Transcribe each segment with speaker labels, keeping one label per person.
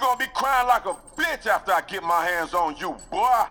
Speaker 1: gonna be crying like a bitch after I get my hands on you, boy.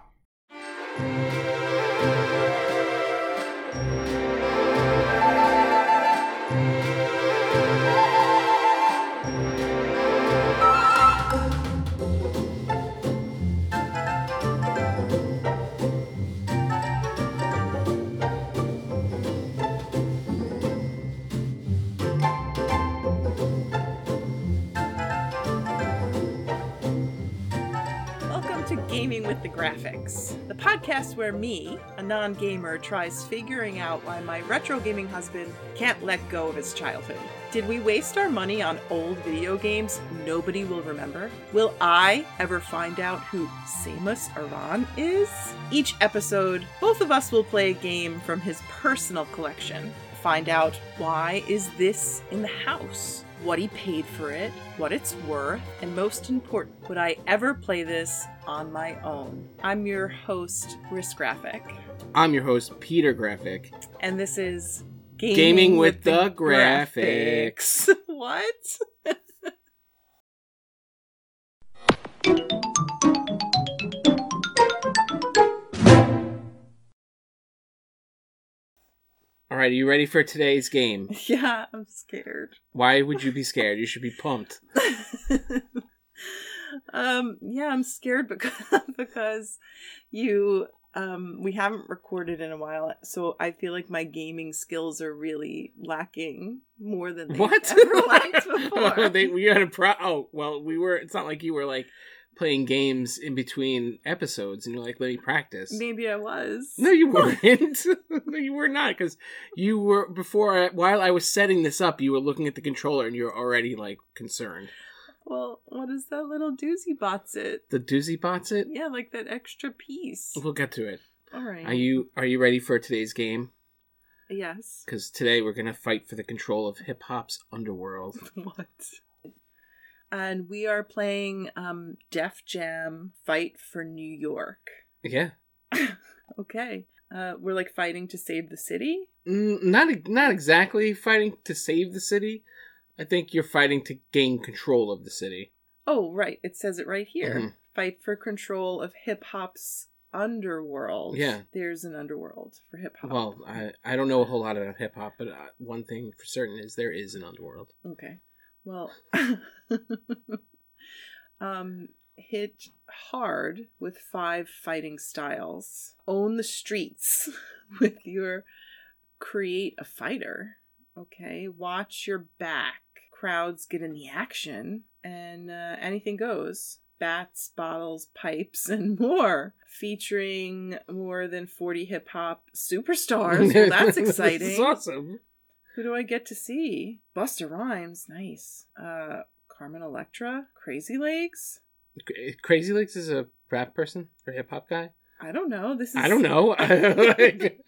Speaker 2: Welcome to Gaming with the Graphics, the podcast where me, a non gamer, tries figuring out why my retro gaming husband can't let go of his childhood. Did we waste our money on old video games nobody will remember? Will I ever find out who Samus Aran is? Each episode, both of us will play a game from his personal collection. Find out why is this in the house? what he paid for it, what it's worth, and most important, would I ever play this on my own? I'm your host, Risk Graphic,
Speaker 3: I'm your host, Peter Graphic.
Speaker 2: and this is
Speaker 3: Gaming, with, the, graphics.
Speaker 2: Graphics. what?
Speaker 3: All right, are you ready for today's game?
Speaker 2: Yeah, I'm scared.
Speaker 3: Why would you be scared? You should be pumped.
Speaker 2: um, yeah, I'm scared because because you um we haven't recorded in a while, so I feel like my gaming skills are really lacking more than they
Speaker 3: what?
Speaker 2: ever lacked before.
Speaker 3: oh, they, we had a pro. Oh, well, we were. It's not like you were like playing games in between episodes, and you're like, "Let me practice."
Speaker 2: Maybe I was.
Speaker 3: No, you weren't. no, you were not, because you were before. I, while I was setting this up, you were looking at the controller, and you were already like concerned.
Speaker 2: Well, what is that little doozy bots it?
Speaker 3: The doozy bots it.
Speaker 2: Yeah, like that extra piece.
Speaker 3: We'll get to it.
Speaker 2: All right.
Speaker 3: Are you Are you ready for today's game?
Speaker 2: Yes.
Speaker 3: because today we're gonna fight for the control of hip hop's underworld.
Speaker 2: what? And we are playing um Def Jam Fight for New York.
Speaker 3: Yeah,
Speaker 2: Okay. Uh, we're like fighting to save the city.
Speaker 3: mm, not not exactly fighting to save the city. I think you're fighting to gain control of the city.
Speaker 2: Oh, right. It says it right here.
Speaker 3: Mhm.
Speaker 2: Fight for control of hip hop's underworld.
Speaker 3: Yeah.
Speaker 2: There's an underworld for hip hop.
Speaker 3: Well, I I don't know a whole lot about hip hop, but uh, one thing for certain is there is an underworld.
Speaker 2: Okay. Well, um, hit hard with five fighting styles. Own the streets with your create a fighter. Okay. Watch your back. Crowds get in the action, and uh, anything goes. Bats, bottles, pipes, and more. Featuring more than 40 hip hop superstars. Well, that's exciting.
Speaker 3: it's awesome.
Speaker 2: Who do I get to see? Busta Rhymes, nice. Uh, Carmen Electra, Crazy Legs.
Speaker 3: C- Crazy Legs is a rap person or hip hop guy.
Speaker 2: I don't know. This is
Speaker 3: I don't know. Like,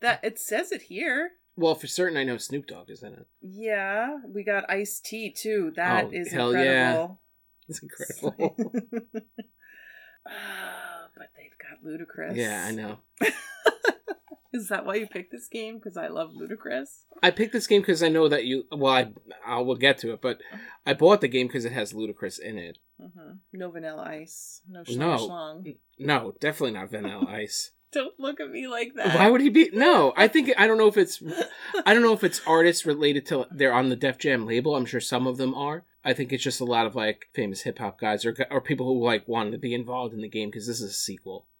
Speaker 2: that it says it here.
Speaker 3: well, for certain, I know Snoop Dogg is in it.
Speaker 2: Yeah, we got Ice T too. That
Speaker 3: Oh,
Speaker 2: is
Speaker 3: hell
Speaker 2: incredible.
Speaker 3: It's incredible.
Speaker 2: Ah, but they've got Ludacris.
Speaker 3: yeah, I know.
Speaker 2: Is that why you picked this game? Because I love Ludacris.
Speaker 3: I picked this game because I know that you. Well, I, I will get to it, but I bought the game because it has Ludacris in it.
Speaker 2: hmm No vanilla ice. No
Speaker 3: No.
Speaker 2: schlong schlong.
Speaker 3: No, definitely not Vanilla Ice.
Speaker 2: Don't look at me like that.
Speaker 3: Why would he be? No, I think I don't know if it's I don't know if it's artists related to they're on the Def Jam label. I'm sure some of them are. I think it's just a lot of like famous hip hop guys or or people who like wanted to be involved in the game because this is a sequel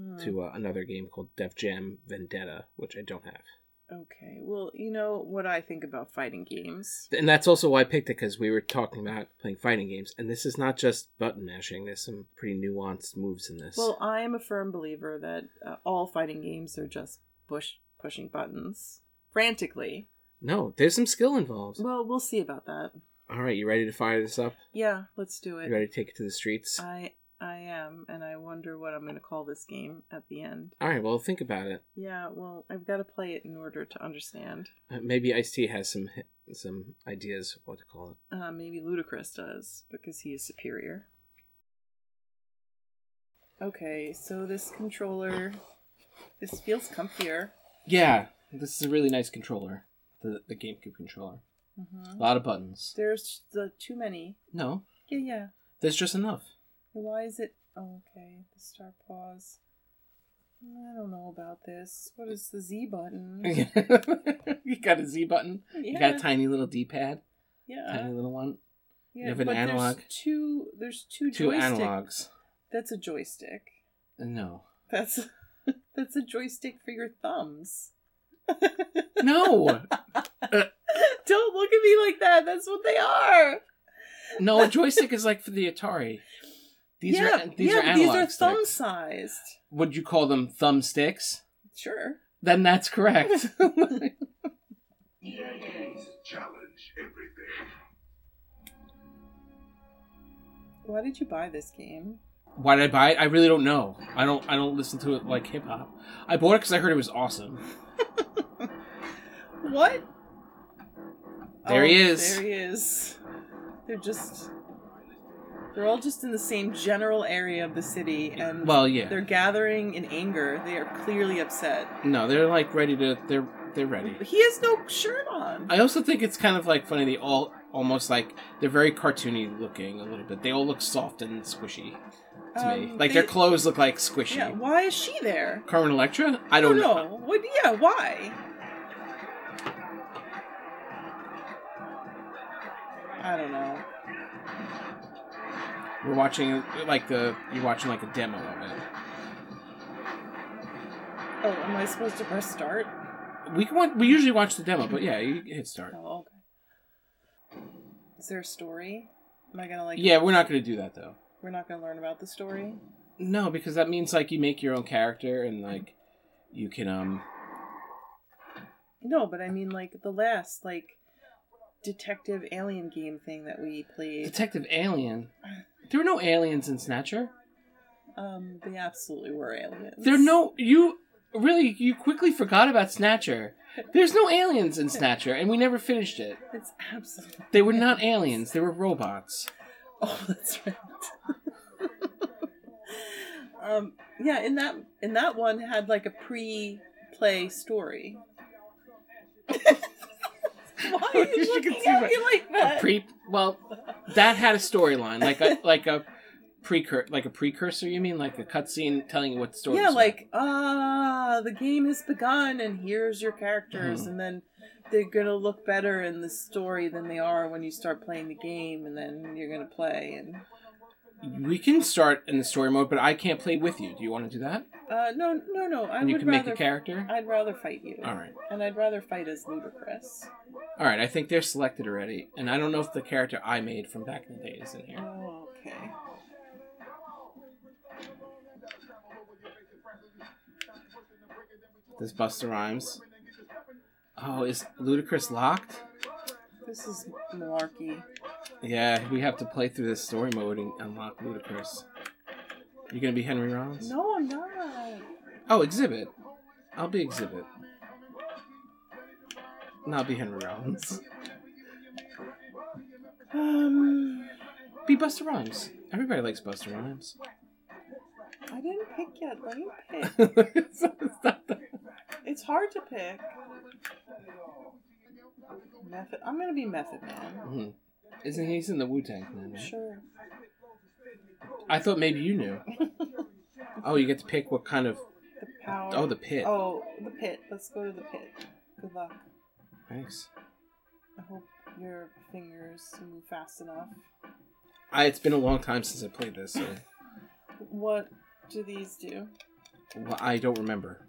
Speaker 2: Hmm.
Speaker 3: to uh, another game called Def Jam Vendetta, which I don't have.
Speaker 2: Okay. Well, you know what I think about fighting games.
Speaker 3: And that's also why I picked it because we were talking about playing fighting games, and this is not just button mashing. There's some pretty nuanced moves in this.
Speaker 2: Well, I am a firm believer that uh, all fighting games are just push pushing buttons frantically.
Speaker 3: no, there's some skill involved.
Speaker 2: Well, we'll see about that.
Speaker 3: All right, you ready to fire this up?
Speaker 2: Yeah, let's do
Speaker 3: You
Speaker 2: it.
Speaker 3: ready to take it to the streets?
Speaker 2: I I am, and I wonder what I'm going to call this game at the end.
Speaker 3: All right, well, think about it.
Speaker 2: Yeah, well, I've got to play it in order to understand.
Speaker 3: Uh, maybe Ice T has some hi- some ideas of what to call it.
Speaker 2: Uh, maybe Ludacris does because he is superior. Okay, so this controller, this feels comfier.
Speaker 3: Yeah, this is a really nice controller, the the GameCube controller.
Speaker 2: hmm
Speaker 3: A lot of buttons.
Speaker 2: There's the too many.
Speaker 3: No,
Speaker 2: Yeah, yeah.
Speaker 3: There's just enough.
Speaker 2: Why is it oh, okay? The star pause. I don't know about this. What is the Z button?
Speaker 3: you got a Z button. You
Speaker 2: Mm-hmm.
Speaker 3: got
Speaker 2: Yeah, Uh,
Speaker 3: a tiny little D pad.
Speaker 2: yeah,
Speaker 3: Tiny little one.
Speaker 2: yeah.
Speaker 3: have an
Speaker 2: but
Speaker 3: analog.
Speaker 2: There's two. There's two,
Speaker 3: Two
Speaker 2: joystick.
Speaker 3: analogs.
Speaker 2: That's a joystick.
Speaker 3: No.
Speaker 2: That's that's a joystick for your thumbs.
Speaker 3: No.
Speaker 2: Don't look at me like that. That's what they are.
Speaker 3: no, a joystick is like for the Atari. These
Speaker 2: yeah,
Speaker 3: are these
Speaker 2: yeah,
Speaker 3: are
Speaker 2: but
Speaker 3: analog
Speaker 2: these are thumb
Speaker 3: sticks.
Speaker 2: sized.
Speaker 3: Would you call them thumbsticks?
Speaker 2: Sure.
Speaker 3: Then that's correct.
Speaker 1: Yankees challenge everything.
Speaker 2: Why did you buy this game?
Speaker 3: Why did I buy it? I really don't know. I don't. I don't listen to it like hip hop. I bought it because I heard it was awesome.
Speaker 2: What? Oh,
Speaker 3: There he is.
Speaker 2: There he is. They're just. They're all just in the same general area of the city, and
Speaker 3: Well, yeah.
Speaker 2: they're gathering in anger. They are clearly upset.
Speaker 3: no, they're like ready to. They're they're ready.
Speaker 2: He has no shirt on.
Speaker 3: I also think it's kind of like funny. They all almost like they're very cartoony looking a little bit. They all look soft and squishy to
Speaker 2: Um,
Speaker 3: me. Like
Speaker 2: they-
Speaker 3: their clothes look like squishy.
Speaker 2: Yeah. Why is she there?
Speaker 3: Carmen Electra? I don't know.
Speaker 2: What? Yeah. Why? I don't know.
Speaker 3: We're watching like the you're watching like a demo of it.
Speaker 2: Oh, am I supposed to press start?
Speaker 3: We can want, we usually watch the demo, but yeah, you hit start.
Speaker 2: Oh, okay. Is there a story? Am I gonna like?
Speaker 3: Yeah, we're not gonna do that though.
Speaker 2: We're not gonna learn about the story.
Speaker 3: No, because that means like you make your own character and like you can um
Speaker 2: No, but I mean like the last like detective alien game thing that we played.
Speaker 3: Detective Alien. There were no aliens in Snatcher.
Speaker 2: Um, they absolutely were aliens.
Speaker 3: There are no you really you quickly forgot about Snatcher. There's no aliens in Snatcher, and we never finished it.
Speaker 2: It's absolutely.
Speaker 3: They were not aliens; they were robots.
Speaker 2: Oh, that's right. um, yeah, in that in that one had like a pre-play story. Why are you
Speaker 3: You can
Speaker 2: looking
Speaker 3: see
Speaker 2: at
Speaker 3: my-
Speaker 2: me like
Speaker 3: A
Speaker 2: that?
Speaker 3: pre well, that had a storyline like a like a precur like a precursor. You mean like a cutscene telling you what the story?
Speaker 2: yeah,
Speaker 3: was about.
Speaker 2: like ah, the game has begun, and here's your characters,
Speaker 3: Mhm.
Speaker 2: and then they're gonna look better in the story than they are when you start playing the game, and then you're gonna play. And
Speaker 3: we can start in the story mode, but I can't play with you. Do you want to do that?
Speaker 2: uh, no, no, no, I
Speaker 3: and you
Speaker 2: would
Speaker 3: can
Speaker 2: rather.
Speaker 3: make a character.
Speaker 2: I'd rather fight you,
Speaker 3: All right,
Speaker 2: and I'd rather fight as Ludicrous.
Speaker 3: all right. I think they're selected already, and I don't know if the character I made from back in the day is in here.
Speaker 2: Oh, okay.
Speaker 3: This Buster Rhymes. Oh, is Ludacris locked?
Speaker 2: This is malarkey.
Speaker 3: Yeah, we have to play through this story mode and unlock Ludacris. You gonna be Henry Rollins?
Speaker 2: No, I'm not.
Speaker 3: Oh, Exhibit. I'll be Exhibit. And I'll be Henry Rollins.
Speaker 2: Um,
Speaker 3: Be Buster Rhymes. Everybody likes Buster Rhymes.
Speaker 2: I didn't pick yet. Let me pick.
Speaker 3: It's not the-
Speaker 2: It's hard to pick. Method. I'm gonna be Method Man.
Speaker 3: Mhm. Isn't he he's in the Wu Tang Clan? right?
Speaker 2: Sure.
Speaker 3: I thought maybe you knew. oh, you get to pick what kind of.
Speaker 2: The power.
Speaker 3: Oh, the pit.
Speaker 2: Oh, the pit. Let's go to the pit. Good luck.
Speaker 3: Thanks.
Speaker 2: I hope your fingers move fast enough.
Speaker 3: I, it's been a long time since I played this, so
Speaker 2: What do these do?
Speaker 3: well, I don't remember.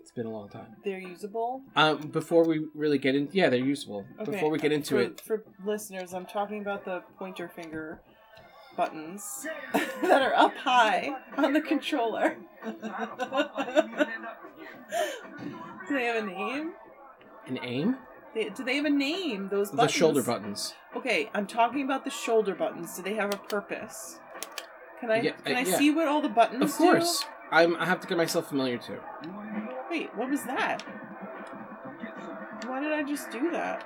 Speaker 3: It's been a long time.
Speaker 2: They're usable.
Speaker 3: Um, before we really get in, yeah, they're useful.
Speaker 2: Okay,
Speaker 3: Before we get into
Speaker 2: for,
Speaker 3: it,
Speaker 2: for listeners, I'm talking about the pointer finger buttons that are up high on the controller. do they have a name?
Speaker 3: an aim,
Speaker 2: They, do they have a name? Those
Speaker 3: the
Speaker 2: buttons.
Speaker 3: shoulder buttons.
Speaker 2: Okay, I'm talking about the shoulder buttons. Do they have a purpose? Can I
Speaker 3: Yeah,
Speaker 2: can
Speaker 3: uh,
Speaker 2: I
Speaker 3: yeah.
Speaker 2: see what all the buttons
Speaker 3: Of course, I'm. I have to get myself familiar too.
Speaker 2: do? Wait, what was that? Why did I just do that?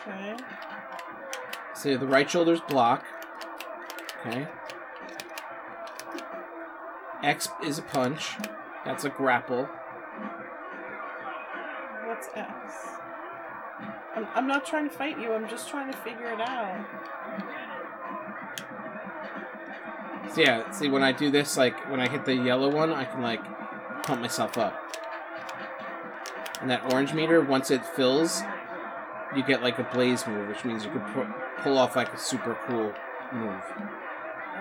Speaker 2: Okay.
Speaker 3: So the right shoulder's block. Okay. X is a punch. That's a grapple.
Speaker 2: What's X? I'm, I'm not trying to fight you. I'm just trying to figure it out.
Speaker 3: So, yeah, see when I do this, like when I hit the yellow one, I can like pump myself up. And that orange meter, once it fills, you get like a blaze move, which means you can pu- pull off like a super cool move.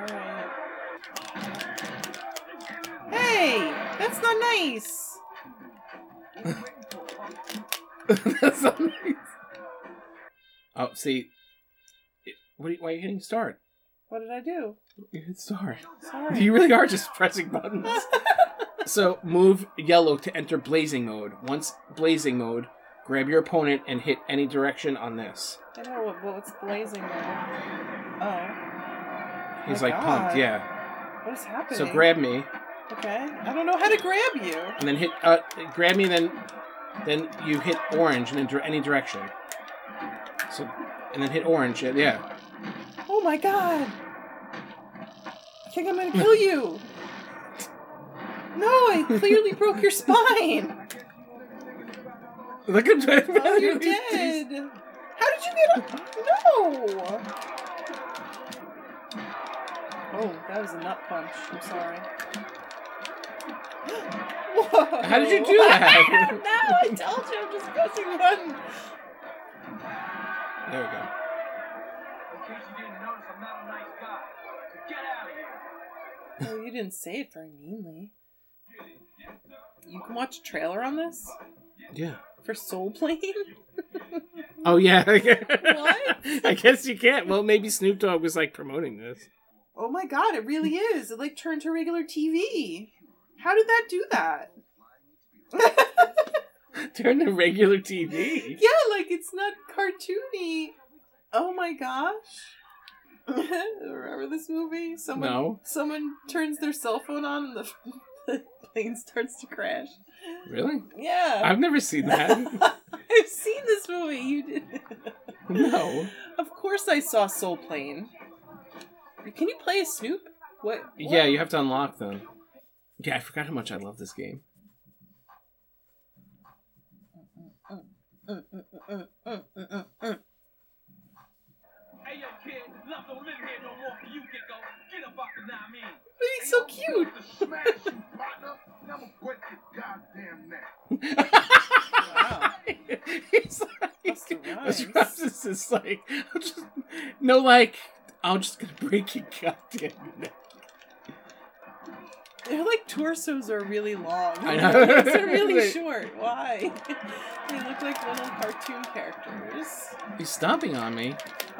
Speaker 2: Alright. Hey! That's not nice!
Speaker 3: That's so nice. Oh, see, it- what are you, why are you hitting start?
Speaker 2: What did I do?
Speaker 3: You hit start.
Speaker 2: Sorry.
Speaker 3: You really are just pressing buttons. so move yellow to enter blazing mode. Once blazing mode, grab your opponent and hit any direction on this.
Speaker 2: I know what, what's blazing now. Oh.
Speaker 3: He's
Speaker 2: My
Speaker 3: like pumped,
Speaker 2: God.
Speaker 3: yeah.
Speaker 2: What is happening?
Speaker 3: So grab me
Speaker 2: Okay. I don't know how to grab you.
Speaker 3: and then hit. Uh, grab me, then then you hit orange and enter any direction. So and then hit orange. yeah, Yeah.
Speaker 2: Oh my god! I think I'm gonna kill you! No, I clearly broke your spine!
Speaker 3: Look at that.
Speaker 2: Oh, you're dead! How did you get up? No! Oh, that was a nut punch. I'm sorry. Whoa.
Speaker 3: How did you do that?
Speaker 2: no, I told you, I'm just pressing one.
Speaker 3: There we go.
Speaker 2: Oh, you didn't say it very meanly. You can watch a trailer on this?
Speaker 3: Yeah.
Speaker 2: For Soul Plane?
Speaker 3: Oh yeah.
Speaker 2: What?
Speaker 3: I guess you can't. Well, maybe Snoop Dogg was like promoting this.
Speaker 2: Oh my god, it really is. It like turned to regular TV. How did that do that?
Speaker 3: Turn to regular TV.
Speaker 2: Yeah, like it's not cartoony. Oh my gosh. Remember this movie? Someone
Speaker 3: No.
Speaker 2: someone turns their cell phone on and the, the plane starts to crash.
Speaker 3: Really?
Speaker 2: Yeah.
Speaker 3: I've never seen that.
Speaker 2: I've seen this movie. You did.
Speaker 3: no.
Speaker 2: Of course I saw Soul Plane. Can you play a Snoop? What? what?
Speaker 3: Yeah, you have to unlock them. Yeah, I forgot how much I love this game.
Speaker 2: Mm, mm, mm, mm, mm, mm, mm.
Speaker 4: Hey yo, kid, love don't live here no more for you, Gecko. Get up off the nine mean.
Speaker 2: But he's so cute.
Speaker 1: Smash you, partner. Never break your goddamn neck.
Speaker 2: Wow.
Speaker 3: He's like,
Speaker 2: Busta Rhymes.
Speaker 3: Rhymes is like, I'm just no like. I'm just gonna break your goddamn neck.
Speaker 2: They're like torsos are really long.
Speaker 3: I know.
Speaker 2: Their legs are really
Speaker 3: Wait.
Speaker 2: short. Why? they look like little cartoon characters.
Speaker 3: He's stomping on me.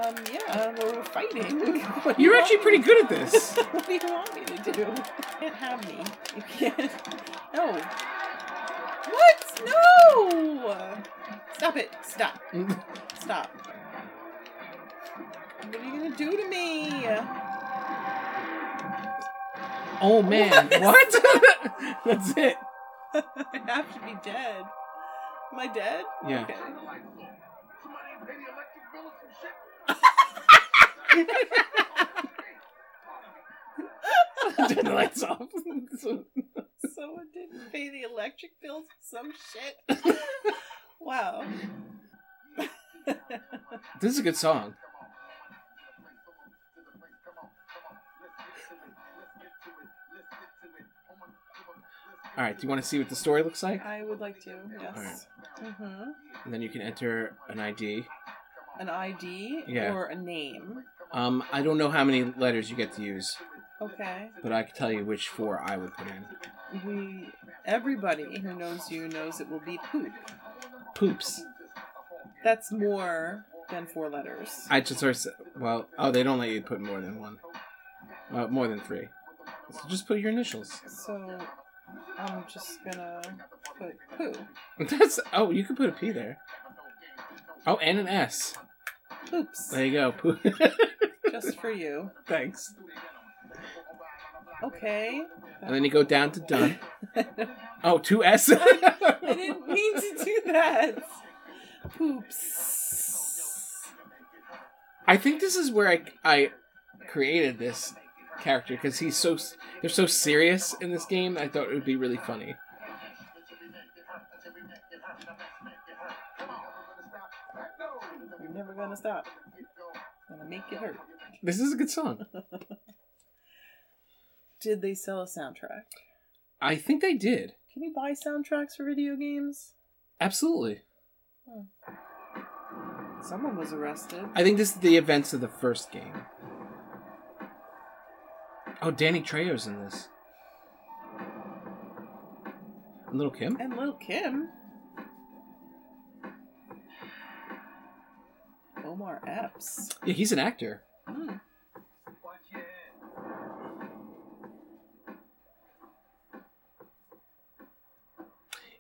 Speaker 2: Um, yeah, we're fighting. What do you
Speaker 3: You're
Speaker 2: want
Speaker 3: actually
Speaker 2: me
Speaker 3: pretty
Speaker 2: to-
Speaker 3: good at this.
Speaker 2: what do you want me to do? You can't have me. You can't. No. What? No! Stop it. Stop. Stop. What are you gonna do to me?
Speaker 3: Oh man,
Speaker 2: What?
Speaker 3: what? That's it.
Speaker 2: I have to be dead. Am I dead?
Speaker 3: Yeah.
Speaker 2: Okay.
Speaker 1: Somebody ain't pay the electric bill or some shit?
Speaker 3: Turn the lights off.
Speaker 2: Someone didn't pay the electric bills or some shit. wow.
Speaker 3: this is a good song. All right, do you want to see what the story looks like?
Speaker 2: I would like to, yes. hmm
Speaker 3: And then you can enter an ID.
Speaker 2: An ID
Speaker 3: Yeah.
Speaker 2: or a name.
Speaker 3: Um, I don't know how many letters you get to use,
Speaker 2: Okay.
Speaker 3: but I can tell you which four I would put in.
Speaker 2: We everybody who knows you knows it will be poop.
Speaker 3: Poops.
Speaker 2: That's more than four letters.
Speaker 3: I just sort of said, well, oh, they don't let you put more than one, uh, more than three. So just put your initials.
Speaker 2: So I'm just gonna put poo.
Speaker 3: That's oh, you could put a P there. Oh, and an S.
Speaker 2: Poops.
Speaker 3: There you go. Poo-
Speaker 2: Just for you.
Speaker 3: Thanks.
Speaker 2: Okay.
Speaker 3: And then you go down to done. Oh, two S.
Speaker 2: I didn't mean to do that. Poops.
Speaker 3: I think this is where I, I created this character because he's so s- they're so serious in this game. I thought it would be really funny.
Speaker 2: You're never gonna stop. Gonna make it hurt.
Speaker 3: This is a good song.
Speaker 2: Did they sell a soundtrack?
Speaker 3: I think they did.
Speaker 2: Can you buy soundtracks for video games?
Speaker 3: Absolutely.
Speaker 2: Someone was arrested.
Speaker 3: I think this is the events of the first game. Oh, Danny Trejo's in this. And Little Kim?
Speaker 2: And Lil Kim. Omar Epps.
Speaker 3: Yeah, he's an actor.
Speaker 2: Hmm.
Speaker 1: Watch your head.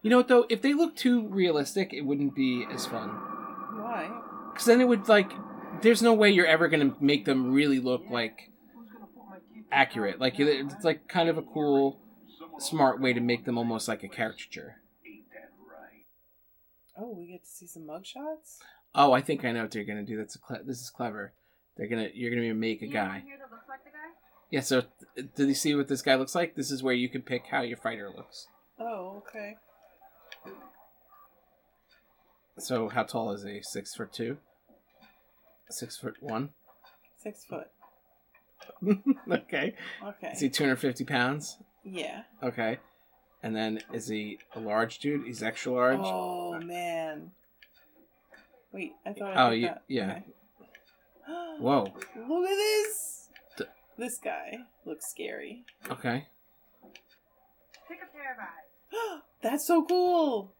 Speaker 3: You know what though? If they look too realistic, it wouldn't be as fun.
Speaker 2: Why?
Speaker 3: Because then it would like, there's no way you're ever gonna make them really look like
Speaker 1: Who's gonna put my kid?
Speaker 3: accurate. Like it- it's like kind of a cool, smart way to make them almost like a caricature.
Speaker 1: Ain't that right?
Speaker 2: Oh, we get to see some mugshots?
Speaker 3: Oh, I think I know what they're gonna do. That's a cle this is clever. They're gonna you're gonna make a guy. Yeah. So th- did you see what this guy looks like? This is where you can pick how your fighter looks.
Speaker 2: Oh, okay.
Speaker 3: So how tall is he? Six foot two. Six foot one.
Speaker 2: Six foot.
Speaker 3: okay.
Speaker 2: Okay.
Speaker 3: Is he two hundred fifty pounds?
Speaker 2: yeah.
Speaker 3: Okay. And then is he a large dude? He's extra large. Oh,
Speaker 2: Oh, man. Wait, I thought
Speaker 3: Oh,
Speaker 2: I did
Speaker 3: you-
Speaker 2: that.
Speaker 3: yeah.
Speaker 2: Okay.
Speaker 3: Whoa.
Speaker 2: Look at this!
Speaker 3: D-
Speaker 2: This guy looks scary.
Speaker 3: Okay.
Speaker 5: Pick a pair of eyes.
Speaker 2: That's so cool!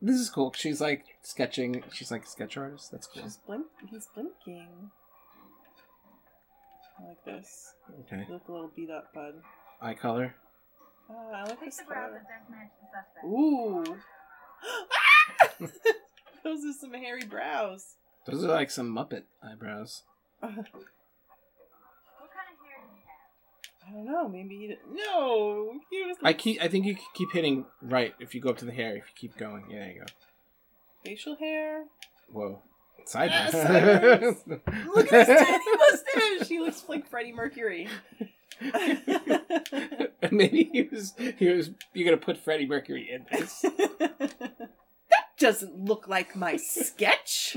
Speaker 3: This is cool. She's like sketching. She's like a sketch artist. That's cool.
Speaker 2: She's blink- he's blinking. I like this.
Speaker 3: Okay.
Speaker 2: You look a little beat up, bud.
Speaker 3: Eye color.
Speaker 2: Ah, I like
Speaker 5: Pick
Speaker 2: this
Speaker 5: the brows
Speaker 2: color.
Speaker 5: that best match the suspect.
Speaker 2: Ooh. Those are some hairy brows.
Speaker 3: Those are like some Muppet eyebrows.
Speaker 5: What kind of hair do you have?
Speaker 2: I don't know. Maybe he. d- No. He was
Speaker 3: I keep. I think you c- keep hitting right if you go up to the hair. If you keep going, yeah, there you go.
Speaker 2: facial hair.
Speaker 3: Whoa, sideburns.
Speaker 2: Yes, Look at his tiny mustache. He looks like Freddie Mercury.
Speaker 3: Maybe he was. He was. You're gonna put Freddie Mercury in this.
Speaker 2: that doesn't look like my sketch.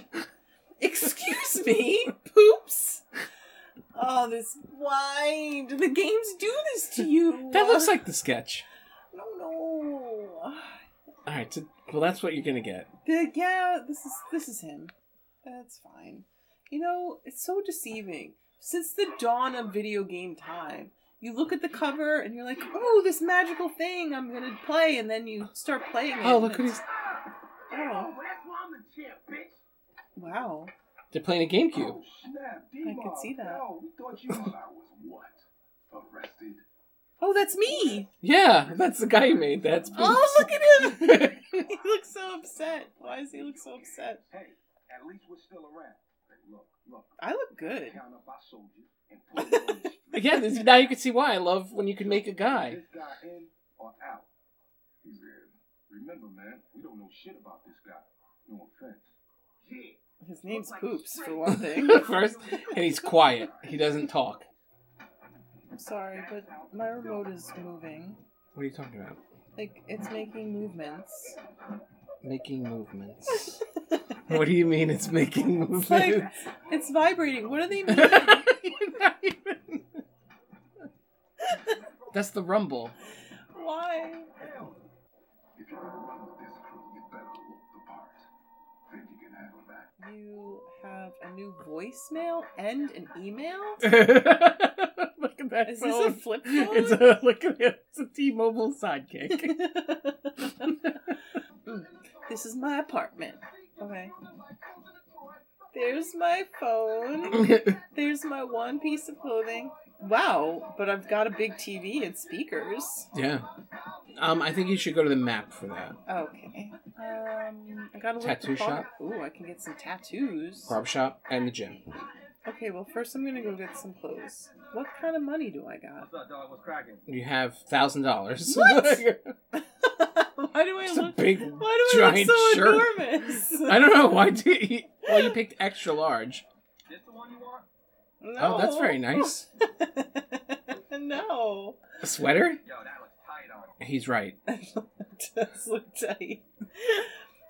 Speaker 2: Excuse me, poops. Oh, this wine. The games do this to you.
Speaker 3: That looks like the sketch.
Speaker 2: No, no.
Speaker 3: All right. So, well, that's what you're gonna get.
Speaker 2: The, yeah, this is this is him. That's fine. You know, it's so deceiving. Since the dawn of video game time, you look at the cover and you're like, "Oh, this magical thing I'm gonna play," and then you start playing it.
Speaker 3: Oh,
Speaker 2: and
Speaker 3: look what
Speaker 2: it's-
Speaker 3: he's.
Speaker 2: Oh,
Speaker 1: Oh, that's why I'm the champ, bitch.
Speaker 2: wow.
Speaker 3: They're playing a GameCube.
Speaker 1: Oh, snap,
Speaker 2: I could
Speaker 1: D-Mob.
Speaker 2: see that.
Speaker 1: No, we thought you thought I was what? Arrested?
Speaker 2: Oh, that's me.
Speaker 3: Yeah, that's the guy who made that. It's
Speaker 2: Oh, look at him.
Speaker 3: Poops.
Speaker 2: he looks so upset. Why does he look so upset?
Speaker 1: Hey, at least we're still around. Hey, look, look.
Speaker 2: I look good.
Speaker 1: Count up our soldiers and put them on the street.
Speaker 3: Again, this, now you can see why I love when you can make a guy.
Speaker 1: This guy in or out? He's in. Remember, man, we don't know shit about this guy. No offense. Yeah.
Speaker 2: His name's Poops, for one thing.
Speaker 3: First, and he's quiet. He doesn't talk.
Speaker 2: I'm sorry, but my remote is moving.
Speaker 3: What are you talking about?
Speaker 2: Like, it's making movements.
Speaker 3: Making movements. what do you mean it's making movements?
Speaker 2: like- It's vibrating. What do they mean?
Speaker 3: You're not even- That's the rumble.
Speaker 2: Why?
Speaker 1: Hell, if you're gonna run with this crew, you better look the part. Think you can handle that?
Speaker 2: You have a new voicemail and an email?
Speaker 3: look at that.
Speaker 2: Is this a
Speaker 3: phone.
Speaker 2: flip phone?
Speaker 3: It's a look at it. It's a T-Mobile sidekick.
Speaker 2: Mm, this is my apartment. Okay. There's my phone. There's my one piece of clothing. Wow, but I've got a big TV and speakers.
Speaker 3: yeah. Um, I think you should go to the map for that.
Speaker 2: Okay. Um, I gotta look
Speaker 3: Tattoo
Speaker 2: the bar-
Speaker 3: shop?
Speaker 2: Ooh, I can get some tattoos.
Speaker 3: Barb shop and the gym.
Speaker 2: Okay, well first I'm gonna go get some clothes. What kind of money do I got?
Speaker 1: What's up, dog? What's cracking?
Speaker 3: You have thousand dollars.
Speaker 2: What? why do I
Speaker 3: It's a
Speaker 2: look?
Speaker 3: big,
Speaker 2: why do I look
Speaker 3: giant
Speaker 2: so
Speaker 3: shirt.
Speaker 2: enormous?
Speaker 3: I don't know why. Did you, well, you picked extra large.
Speaker 1: This the one you want?
Speaker 2: No.
Speaker 3: Oh, that's very nice.
Speaker 2: no,
Speaker 3: A sweater?
Speaker 1: Yo, that looks tight on.
Speaker 3: He's right.
Speaker 2: that does look tight.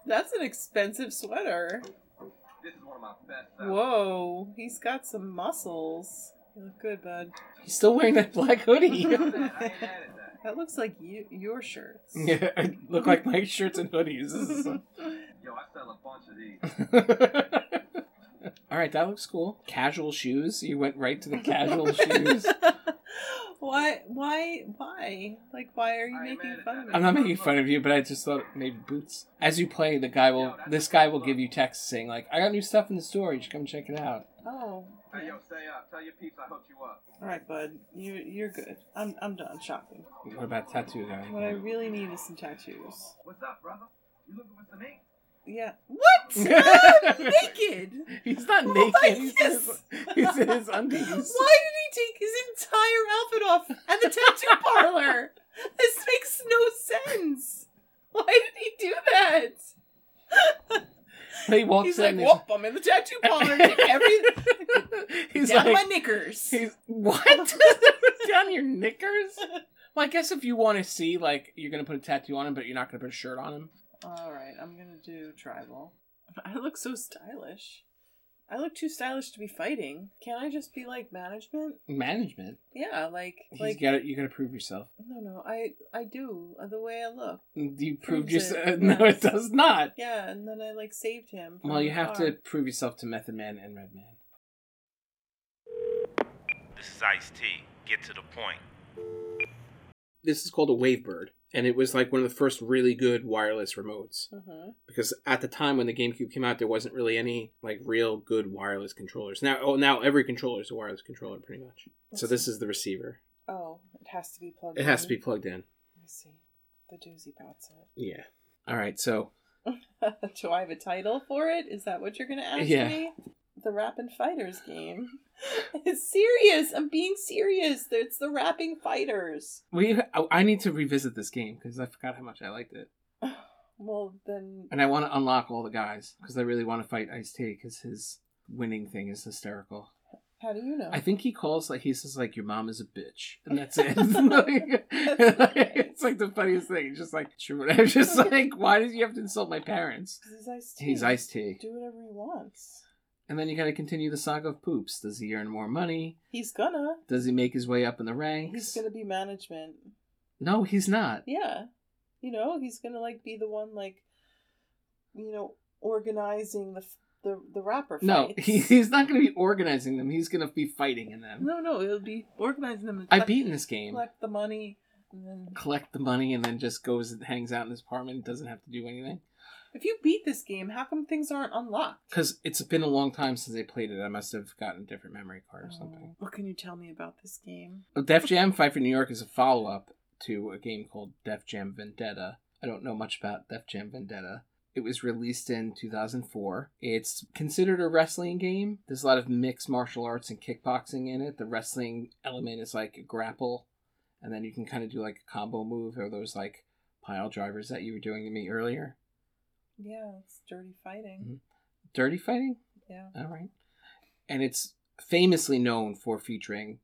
Speaker 2: That's an expensive sweater.
Speaker 1: This is one of my best.
Speaker 2: Whoa, he's got some muscles. You look good, bud.
Speaker 3: He's still wearing that black hoodie.
Speaker 2: that looks like you, your shirts.
Speaker 3: yeah, I look like my shirts and hoodies. This is-
Speaker 1: Yo, I sell a bunch of these.
Speaker 3: All right, that looks cool. Casual shoes. You went right to the casual shoes.
Speaker 2: why? Why? Why? Like, why are you
Speaker 1: I
Speaker 2: making
Speaker 1: admit it.
Speaker 2: fun of me?
Speaker 3: I'm not making fun of you, but I just thought maybe boots. As you play, the guy will, this guy will give you texts saying like, "I got new stuff in the store. You should come check it out."
Speaker 2: Oh.
Speaker 1: Hey, yo, stay up. Tell your peeps I hooked you up.
Speaker 2: All right, bud. You you're good. I'm I'm done shopping.
Speaker 3: What about tattoo guy?
Speaker 2: What I really need is some tattoos.
Speaker 1: What's up, brother? You looking for some ink?
Speaker 2: Yeah. What? I'm naked.
Speaker 3: He's not
Speaker 2: Oh,
Speaker 3: naked.
Speaker 2: my
Speaker 3: he's, in his, he's in his undies.
Speaker 2: Why did he take his entire outfit off at the tattoo parlor? This makes no sense. Why did he do that?
Speaker 3: He walks
Speaker 2: He's like,
Speaker 3: in.
Speaker 2: whoop, I'm in the tattoo parlor. Take every
Speaker 3: he's
Speaker 2: down
Speaker 3: like,
Speaker 2: my knickers.
Speaker 3: he's, what? down your knickers? Well, I guess if you want to see, like, you're gonna put a tattoo on him, but you're not gonna put a shirt on him.
Speaker 2: All right, I'm gonna do tribal. I look so stylish. I look too stylish to be fighting. Can't I just be like management?
Speaker 3: Management.
Speaker 2: Yeah, like
Speaker 3: He's
Speaker 2: like
Speaker 3: gotta, you gotta prove yourself.
Speaker 2: no no I I do uh, the way I look.
Speaker 3: You proved
Speaker 2: Proves
Speaker 3: yourself.
Speaker 2: it.
Speaker 3: No, it does not.
Speaker 2: Yeah, and then I like saved him. from
Speaker 3: Well, you
Speaker 2: the
Speaker 3: have
Speaker 2: car.
Speaker 3: to prove yourself to Method Man and Red Man.
Speaker 6: This is Ice T. Get to the point.
Speaker 7: This is called a Wavebird, and it was like one of the first really good wireless remotes.
Speaker 2: Mhm.
Speaker 7: because at the time when the GameCube came out, there wasn't really any like real good wireless controllers. Now, oh, now every controller is a wireless controller, pretty much. So this is the receiver.
Speaker 2: Oh, it has to be plugged.
Speaker 7: It has to be
Speaker 2: in.
Speaker 7: plugged in.
Speaker 2: I see. The doozy bouts
Speaker 7: Yeah.
Speaker 3: All right, so
Speaker 2: it. do I have a title for it? Is that what you're gonna ask
Speaker 3: Yeah.
Speaker 2: me? The Rapping Fighters game. it's serious. I'm being serious. It's the Rapping Fighters.
Speaker 3: we I, I need to revisit this game because I forgot how much I liked it,
Speaker 2: Well then.
Speaker 3: and I want to unlock all the guys because I really want to fight Ice T because his winning thing is hysterical.
Speaker 2: How do you know?
Speaker 3: I think he calls like he says like your mom is a bitch, and that's it. Like, it's like the funniest thing. It's just like sure, I'm just like why did you have to insult my parents?
Speaker 2: 'Cause he's iced tea.
Speaker 3: He's Ice T,
Speaker 2: Do whatever he wants.
Speaker 3: and then you got to continue the saga of poops. Does he earn more money?
Speaker 2: He's gonna.
Speaker 3: Does he make his way up in the
Speaker 2: He's
Speaker 3: ranks?
Speaker 2: gonna be management.
Speaker 3: No, he's not.
Speaker 2: Yeah. You know, he's gonna like be the one like, you know, organizing the f- the the rapper.
Speaker 3: No,
Speaker 2: fights.
Speaker 3: he, he's not going to be organizing them. He's going to be fighting in them.
Speaker 2: No, no, it'll be organizing them. to
Speaker 3: I've
Speaker 2: collect-
Speaker 3: beaten this game.
Speaker 2: Collect the money, and then
Speaker 3: Collect the money and then just goes and hangs out in his apartment and doesn't have to do anything.
Speaker 2: if you beat this game, how come things aren't unlocked?
Speaker 3: Because it's been a long time since I played it. I must have gotten a different memory card or
Speaker 2: Oh,
Speaker 3: something.
Speaker 2: What can you tell me about this game?
Speaker 3: Well, Def Jam Fight for New York is a follow up to a game called Def Jam Vendetta. I don't know much about Def Jam Vendetta. It was released in 2004. It's considered a wrestling game. There's a lot of mixed martial arts and kickboxing in it. The wrestling element is like a grapple, and then you can kind of do like a combo move or those like pile drivers that you were doing to me earlier.
Speaker 2: Yeah, it's dirty
Speaker 3: Mm-hmm.
Speaker 2: fighting.
Speaker 3: Dirty fighting?
Speaker 2: Yeah.
Speaker 3: All right. And it's famously known for featuring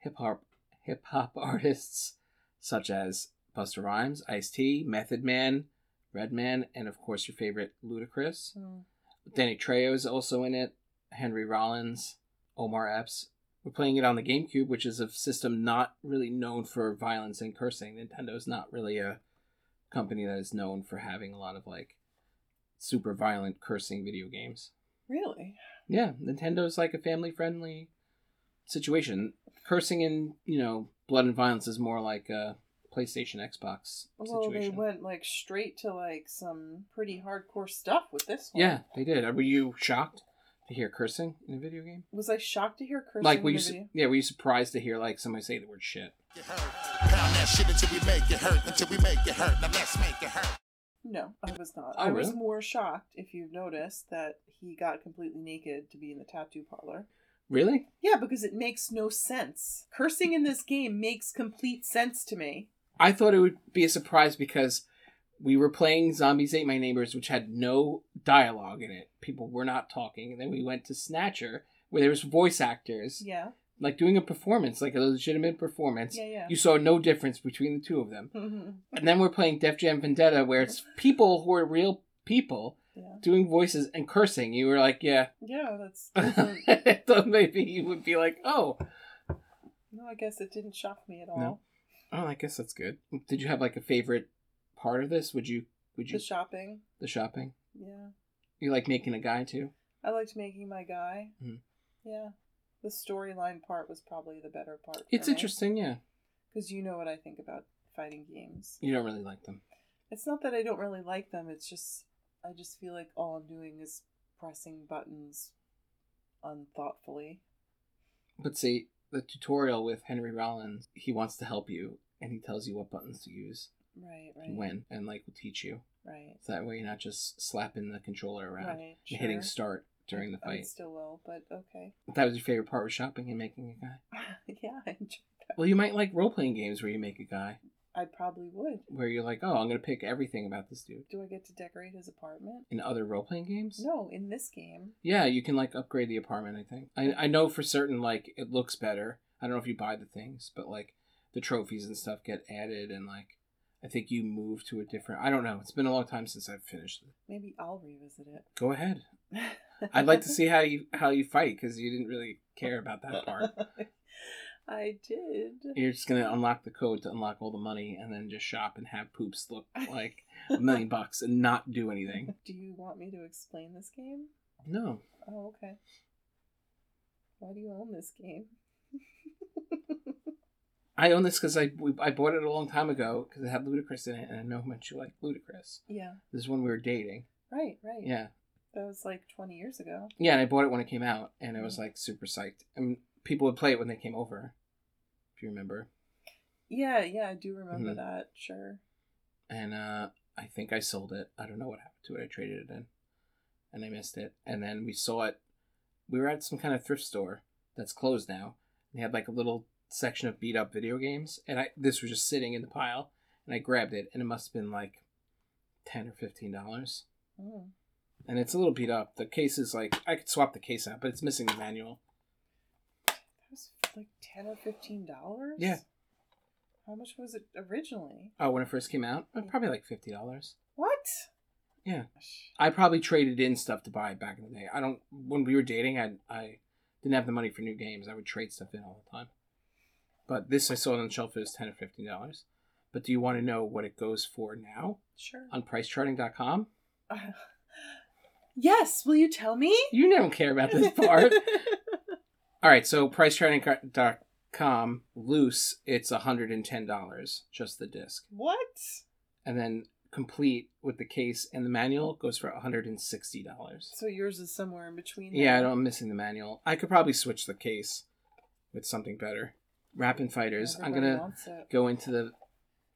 Speaker 3: hip hop hip hop artists such as Buster Rhymes, Ice T, Method Man, Redman, and of course your favorite Ludacris.
Speaker 2: Hmm.
Speaker 3: Danny Trejo is also in it. Henry Rollins, Omar Epps. We're playing it on the GameCube, which is a system not really known for violence and cursing. Nintendo's not really a company that is known for having a lot of like super violent cursing video games.
Speaker 2: Really?
Speaker 3: Yeah, Nintendo's like a family friendly situation. Cursing and, you know, blood and violence is more like a PlayStation Xbox
Speaker 2: Well, they
Speaker 3: situation.
Speaker 2: went like straight to like some pretty hardcore stuff with this one.
Speaker 3: yeah, they did. Were you shocked to hear cursing in a video game?
Speaker 2: Was I shocked to hear cursing?
Speaker 3: like,
Speaker 2: in
Speaker 3: were
Speaker 2: the
Speaker 3: you,
Speaker 2: video?
Speaker 3: su- yeah, were you surprised to hear like somebody say the word shit?
Speaker 8: Pound that shit until we make it hurt, until we make it hurt. Now let's make it hurt.
Speaker 2: No, I was not.
Speaker 3: Oh,
Speaker 2: I was
Speaker 3: really?
Speaker 2: more shocked if you've noticed that he got completely naked to be in the tattoo parlor.
Speaker 3: Really?
Speaker 2: Yeah, because it makes no sense. Cursing in this game makes complete sense to me.
Speaker 3: I thought it would be a surprise because we were playing Zombies Ate My Neighbors, which had no dialogue in it. People were not talking. And then we went to Snatcher, where there was voice actors.
Speaker 2: Yeah.
Speaker 3: like doing a performance, like a legitimate performance.
Speaker 2: Yeah, yeah.
Speaker 3: You saw no difference between the two of them.
Speaker 2: Mhm.
Speaker 3: And then we're playing Def Jam Vendetta, where it's people who are real people
Speaker 2: yeah.
Speaker 3: doing voices and cursing. You were like, yeah.
Speaker 2: Yeah, that's. that's a-
Speaker 3: I thought maybe you would be like, oh,
Speaker 2: No, I guess it didn't shock me at all.
Speaker 3: No. Oh, I guess that's good. Did you have like a favorite part of this? Would you? Would you?
Speaker 2: The shopping.
Speaker 3: the shopping.
Speaker 2: Yeah.
Speaker 3: You like making a guy too?
Speaker 2: I liked making my guy.
Speaker 3: Mhm.
Speaker 2: Yeah. The storyline part was probably the better part.
Speaker 3: It's interesting. Yeah.
Speaker 2: Because you know what I think about fighting games.
Speaker 3: You don't really like them.
Speaker 2: It's not that I don't really like them, it's just I just feel like all I'm doing is pressing buttons unthoughtfully.
Speaker 3: But see, the tutorial with Henry Rollins, he wants to help you and he tells you what buttons to use
Speaker 2: Right, right.
Speaker 3: and when and like will teach you.
Speaker 2: Right.
Speaker 3: So that way you're not just slapping the controller around
Speaker 2: Right,
Speaker 3: and hitting
Speaker 2: sure.
Speaker 3: start during the
Speaker 2: I- I
Speaker 3: fight.
Speaker 2: still will, but okay.
Speaker 3: That was your favorite part was shopping and making a guy.
Speaker 2: yeah, I enjoyed that.
Speaker 3: Well, you might like role playing games where you make a guy,
Speaker 2: I probably would.
Speaker 3: where you're like, oh, I'm going to pick everything about this dude.
Speaker 2: Do I get to decorate his apartment?
Speaker 3: In other role playing games?
Speaker 2: No, in this game.
Speaker 3: Yeah, you can like upgrade the apartment, I think. I, I know for certain, like, it looks better. I don't know if you buy the things, but like the trophies and stuff get added, and like, I think you move to a different. I don't know. It's been a long time since I've finished it.
Speaker 2: Maybe I'll revisit it.
Speaker 3: Go ahead. I'd like to see how you how you fight because you didn't really care about
Speaker 2: Uh,
Speaker 3: that part.
Speaker 2: I did.
Speaker 3: You're just gonna unlock the code to unlock all the money, and then just shop and have poops look like a million bucks and not do anything.
Speaker 2: Do you want me to explain this game?
Speaker 3: No,
Speaker 2: Oh, okay. Why do you own this game?
Speaker 3: I own this because I we, I bought it a long time ago because it had Ludacris in it, and I know how much you like Ludacris.
Speaker 2: Yeah.
Speaker 3: This is when we were dating.
Speaker 2: Right, right.
Speaker 3: Yeah,
Speaker 2: That was like 20 years ago.
Speaker 3: yeah. And I bought it when it came out, and I was like super psyched. And people would play it when they came over, if you remember.
Speaker 2: Yeah, yeah, I do remember
Speaker 3: Mhm.
Speaker 2: that. Sure.
Speaker 3: And uh, I think I sold it. I don't know what happened to it. I traded it in, and I missed it. And then we saw it. We were at some kind of thrift store that's closed now. And they had like a little section of beat up video games, and I this was just sitting in the pile, and I grabbed it, and it must have been like ten or fifteen dollars.
Speaker 2: Mm.
Speaker 3: and it's a little beat up. The case is like I could swap the case out, but it's missing the manual.
Speaker 2: That was like 10 or 15 dollars?
Speaker 3: Yeah.
Speaker 2: How much was it originally?
Speaker 3: Oh, when it first came out, uh, probably like fifty dollars.
Speaker 2: What?
Speaker 3: Yeah.
Speaker 2: Gosh.
Speaker 3: I probably traded in stuff to buy back in the day. I don't. When we were dating, I I didn't have the money for new games. I would trade stuff in all the time. But this I saw it on the shelf for ten or fifteen dollars. But do you want to know what it goes for now
Speaker 2: Sure.
Speaker 3: on PriceCharting.com?
Speaker 2: yes, will you tell me?
Speaker 3: You don't care about this part. All right, so PriceCharting.com loose, it's hundred and ten dollars just the disc.
Speaker 2: what?
Speaker 3: and then complete with the case and the manual goes for $160.
Speaker 2: So yours is somewhere in between.
Speaker 3: Yeah, I
Speaker 2: there.
Speaker 3: don't, I'm missing the manual. I could probably switch the case with something better. Rapping Fighters. I'm
Speaker 2: Everybody
Speaker 3: going
Speaker 2: wants
Speaker 3: to
Speaker 2: it.
Speaker 3: go into the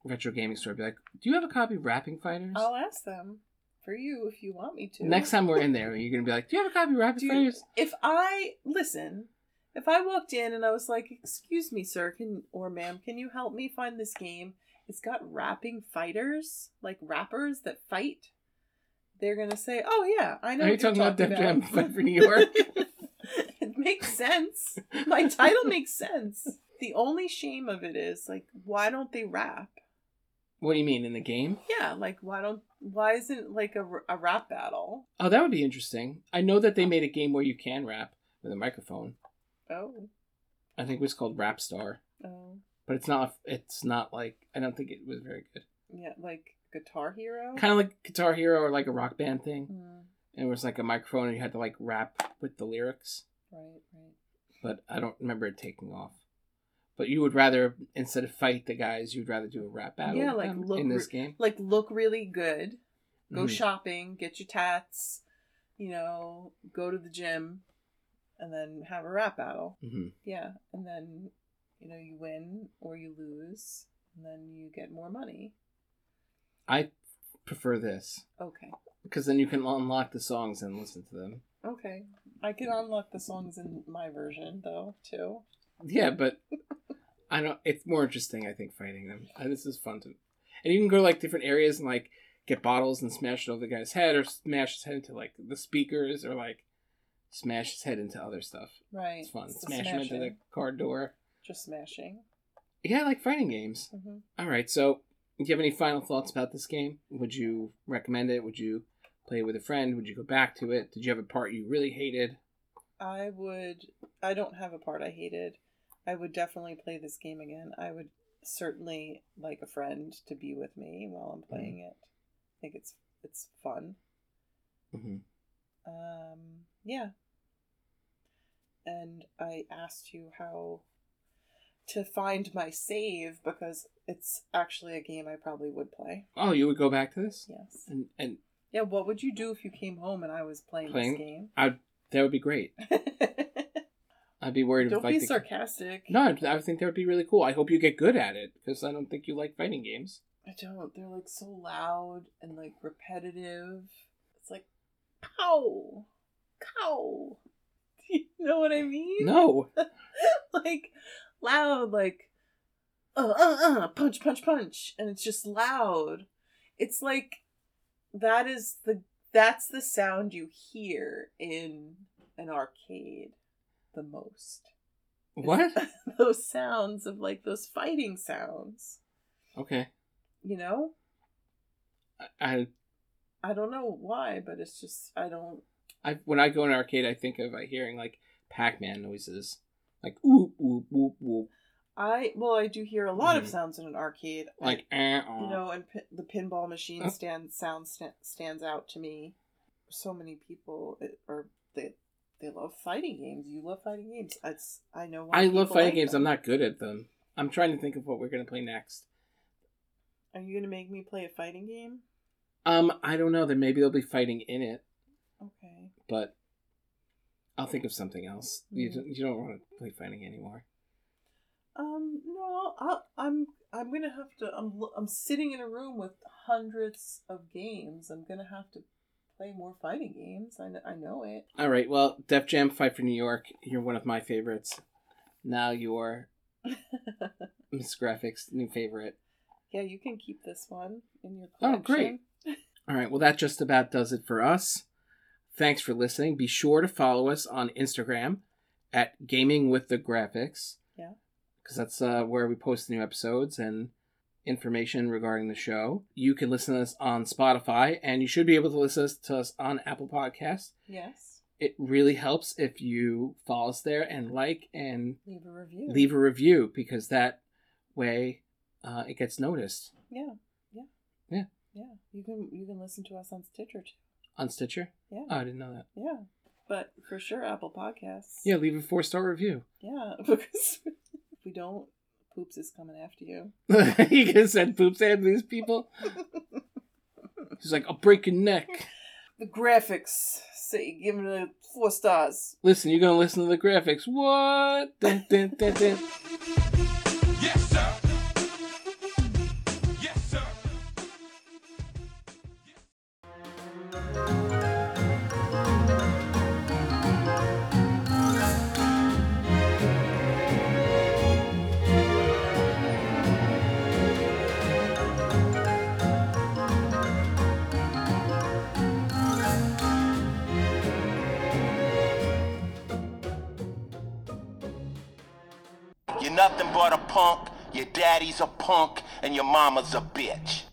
Speaker 3: retro gaming store and be like, do you have a copy of Rapping Fighters?
Speaker 2: I'll ask them for you if you want me to.
Speaker 3: Next time we're in there, you're going to be like, do you have a copy of Rapping
Speaker 2: Dude,
Speaker 3: Fighters?
Speaker 2: if I listen, if I walked in and I was like, "Excuse me, sir, can or ma'am, can you help me find this game? It's got rapping fighters, like rappers that fight." They're gonna say, "Oh yeah, I know."
Speaker 3: Are you
Speaker 2: what you're
Speaker 3: talking about Def Jam
Speaker 2: about."
Speaker 3: Fight for New York?
Speaker 2: it makes sense. My title makes sense. The only shame of it is like, why don't they rap?
Speaker 3: What do you mean, in the game?
Speaker 2: Yeah, like why don't why isn't like a, a rap battle?
Speaker 3: Oh, that would be interesting. I know that they made a game where you can rap with a microphone.
Speaker 2: Oh,
Speaker 3: I think it was called Rap Star.
Speaker 2: oh,
Speaker 3: but it's not it's not like i don't think it was very good
Speaker 2: yeah, like Guitar Hero.
Speaker 3: kind of like guitar hero or like a rock band thing
Speaker 2: Mm.
Speaker 3: and it was like a microphone and you had to like rap with the lyrics
Speaker 2: Right, right.
Speaker 3: but i don't remember it taking off but you would rather instead of fight the guys you'd rather do a rap battle
Speaker 2: Yeah,
Speaker 3: with
Speaker 2: like,
Speaker 3: them
Speaker 2: look
Speaker 3: in
Speaker 2: re-
Speaker 3: this game
Speaker 2: Like look really good, go
Speaker 3: Mhm.
Speaker 2: shopping, get your tats, you know, go to the gym, and then have a rap battle.
Speaker 3: Mhm.
Speaker 2: Yeah, and then you know you win or you lose, and then you get more money.
Speaker 3: i prefer this
Speaker 2: Okay,
Speaker 3: because then you can unlock the songs and listen to them
Speaker 2: okay. I can unlock the songs in my version though too.
Speaker 3: yeah but i don't it's more interesting i think fighting them Uh, this is fun to and you can go to like different areas and like get bottles and smash it over the guy's head or smash his head into like the speakers or like smash his head into other stuff
Speaker 2: Right.
Speaker 3: it's fun
Speaker 2: It's the
Speaker 3: smash him into the
Speaker 2: smashing.
Speaker 3: car door
Speaker 2: just smashing.
Speaker 3: yeah I like fighting games
Speaker 2: hmm
Speaker 3: all right so do you have any final thoughts about this game would you recommend it would you play it with a friend would you go back to it did you have a part you really hated
Speaker 2: I would. I don't have a part I hated. I would definitely play this game again. I would certainly like a friend to be with me while I'm playing it. I think it's it's fun.
Speaker 3: Mm-hmm.
Speaker 2: Um, yeah. And I asked you how to find my save because it's actually a game I probably would play.
Speaker 3: Oh, you would go back to this?
Speaker 2: Yes.
Speaker 3: And and
Speaker 2: Yeah, what would you do if you came home and I was playing,
Speaker 3: Playing?
Speaker 2: this game?
Speaker 3: I that would be great. I'd be worried. if,
Speaker 2: Don't
Speaker 3: like,
Speaker 2: be
Speaker 3: the-
Speaker 2: sarcastic.
Speaker 3: No, I'd- I think that would be really cool. I hope you get good at it because I don't think you like fighting games.
Speaker 2: I don't. They're like so loud and like repetitive. It's like, cow, cow. Do you know what I mean?
Speaker 3: No,
Speaker 2: like loud, like uh uh uh, punch, punch, punch, and it's just loud. It's like that is the that's the sound you hear in an arcade the most.
Speaker 3: what?
Speaker 2: those sounds of like those fighting sounds.
Speaker 3: Okay,
Speaker 2: You know,
Speaker 3: I, I,
Speaker 2: I don't know why, but it's just I don't.
Speaker 3: I when I go in an arcade, I think of uh, hearing like Pac-Man noises, like oop oop oop oop,
Speaker 2: I well, I do hear a lot of
Speaker 3: Mhm.
Speaker 2: sounds in an arcade,
Speaker 3: like eh, uh,
Speaker 2: you know, and pi- the pinball machine
Speaker 3: Oh.
Speaker 2: stand sound sta- stands out to me. So many people it, or they they love fighting games. You love fighting games. It's I know. why
Speaker 3: I
Speaker 2: people
Speaker 3: love fighting
Speaker 2: like
Speaker 3: games.
Speaker 2: them.
Speaker 3: I'm not good at them. I'm trying to think of what we're gonna play next.
Speaker 2: Are you gonna make me play a fighting game?
Speaker 3: Um, I don't know. Then maybe there'll be fighting in it,
Speaker 2: Okay.
Speaker 3: but I'll think of something else. You
Speaker 2: Mhm.
Speaker 3: don't, you don't want to play fighting anymore.
Speaker 2: Um. No. I'll, I'm. I'm gonna have to. I'm. l- I'm sitting in a room with hundreds of games. I'm gonna have to play more fighting games. I. kn- I know it.
Speaker 3: All right. Well, Def Jam Fight for New York. You're one of my favorites. Now you're Miss Graphic's new favorite.
Speaker 2: Yeah, you can keep this one in your
Speaker 3: Oh,
Speaker 2: collection.
Speaker 3: great. All right. Well, that just about does it for us. Thanks for listening. Be sure to follow us on Instagram at Gaming with the Graphics.
Speaker 2: Yeah.
Speaker 3: Because that's uh, where we post new episodes and information regarding the show. You can listen to us on Spotify, and you should be able to listen to us on Apple Podcasts.
Speaker 2: Yes.
Speaker 3: It really helps if you follow us there and like and
Speaker 2: Leave a review.
Speaker 3: leave a review because that way uh, it gets noticed
Speaker 2: Yeah. Yeah.
Speaker 3: Yeah.
Speaker 2: Yeah. You can you can listen to us on Stitcher too.
Speaker 3: on Stitcher.
Speaker 2: Yeah.
Speaker 3: Oh, I didn't know that.
Speaker 2: Yeah. But for sure Apple Podcasts.
Speaker 3: Yeah, leave a four star review.
Speaker 2: Yeah. Because if we don't, Poops is coming after you.
Speaker 3: you could have said poops and these people. He's like, I'll break your neck.
Speaker 2: The graphics say give it a four stars.
Speaker 3: Listen, you're gonna listen to the graphics. What? Dun, dun, dun, dun.
Speaker 9: Yes, sir. Yes, sir.
Speaker 8: You're nothing but a punk, your daddy's a punk, and your mama's a bitch.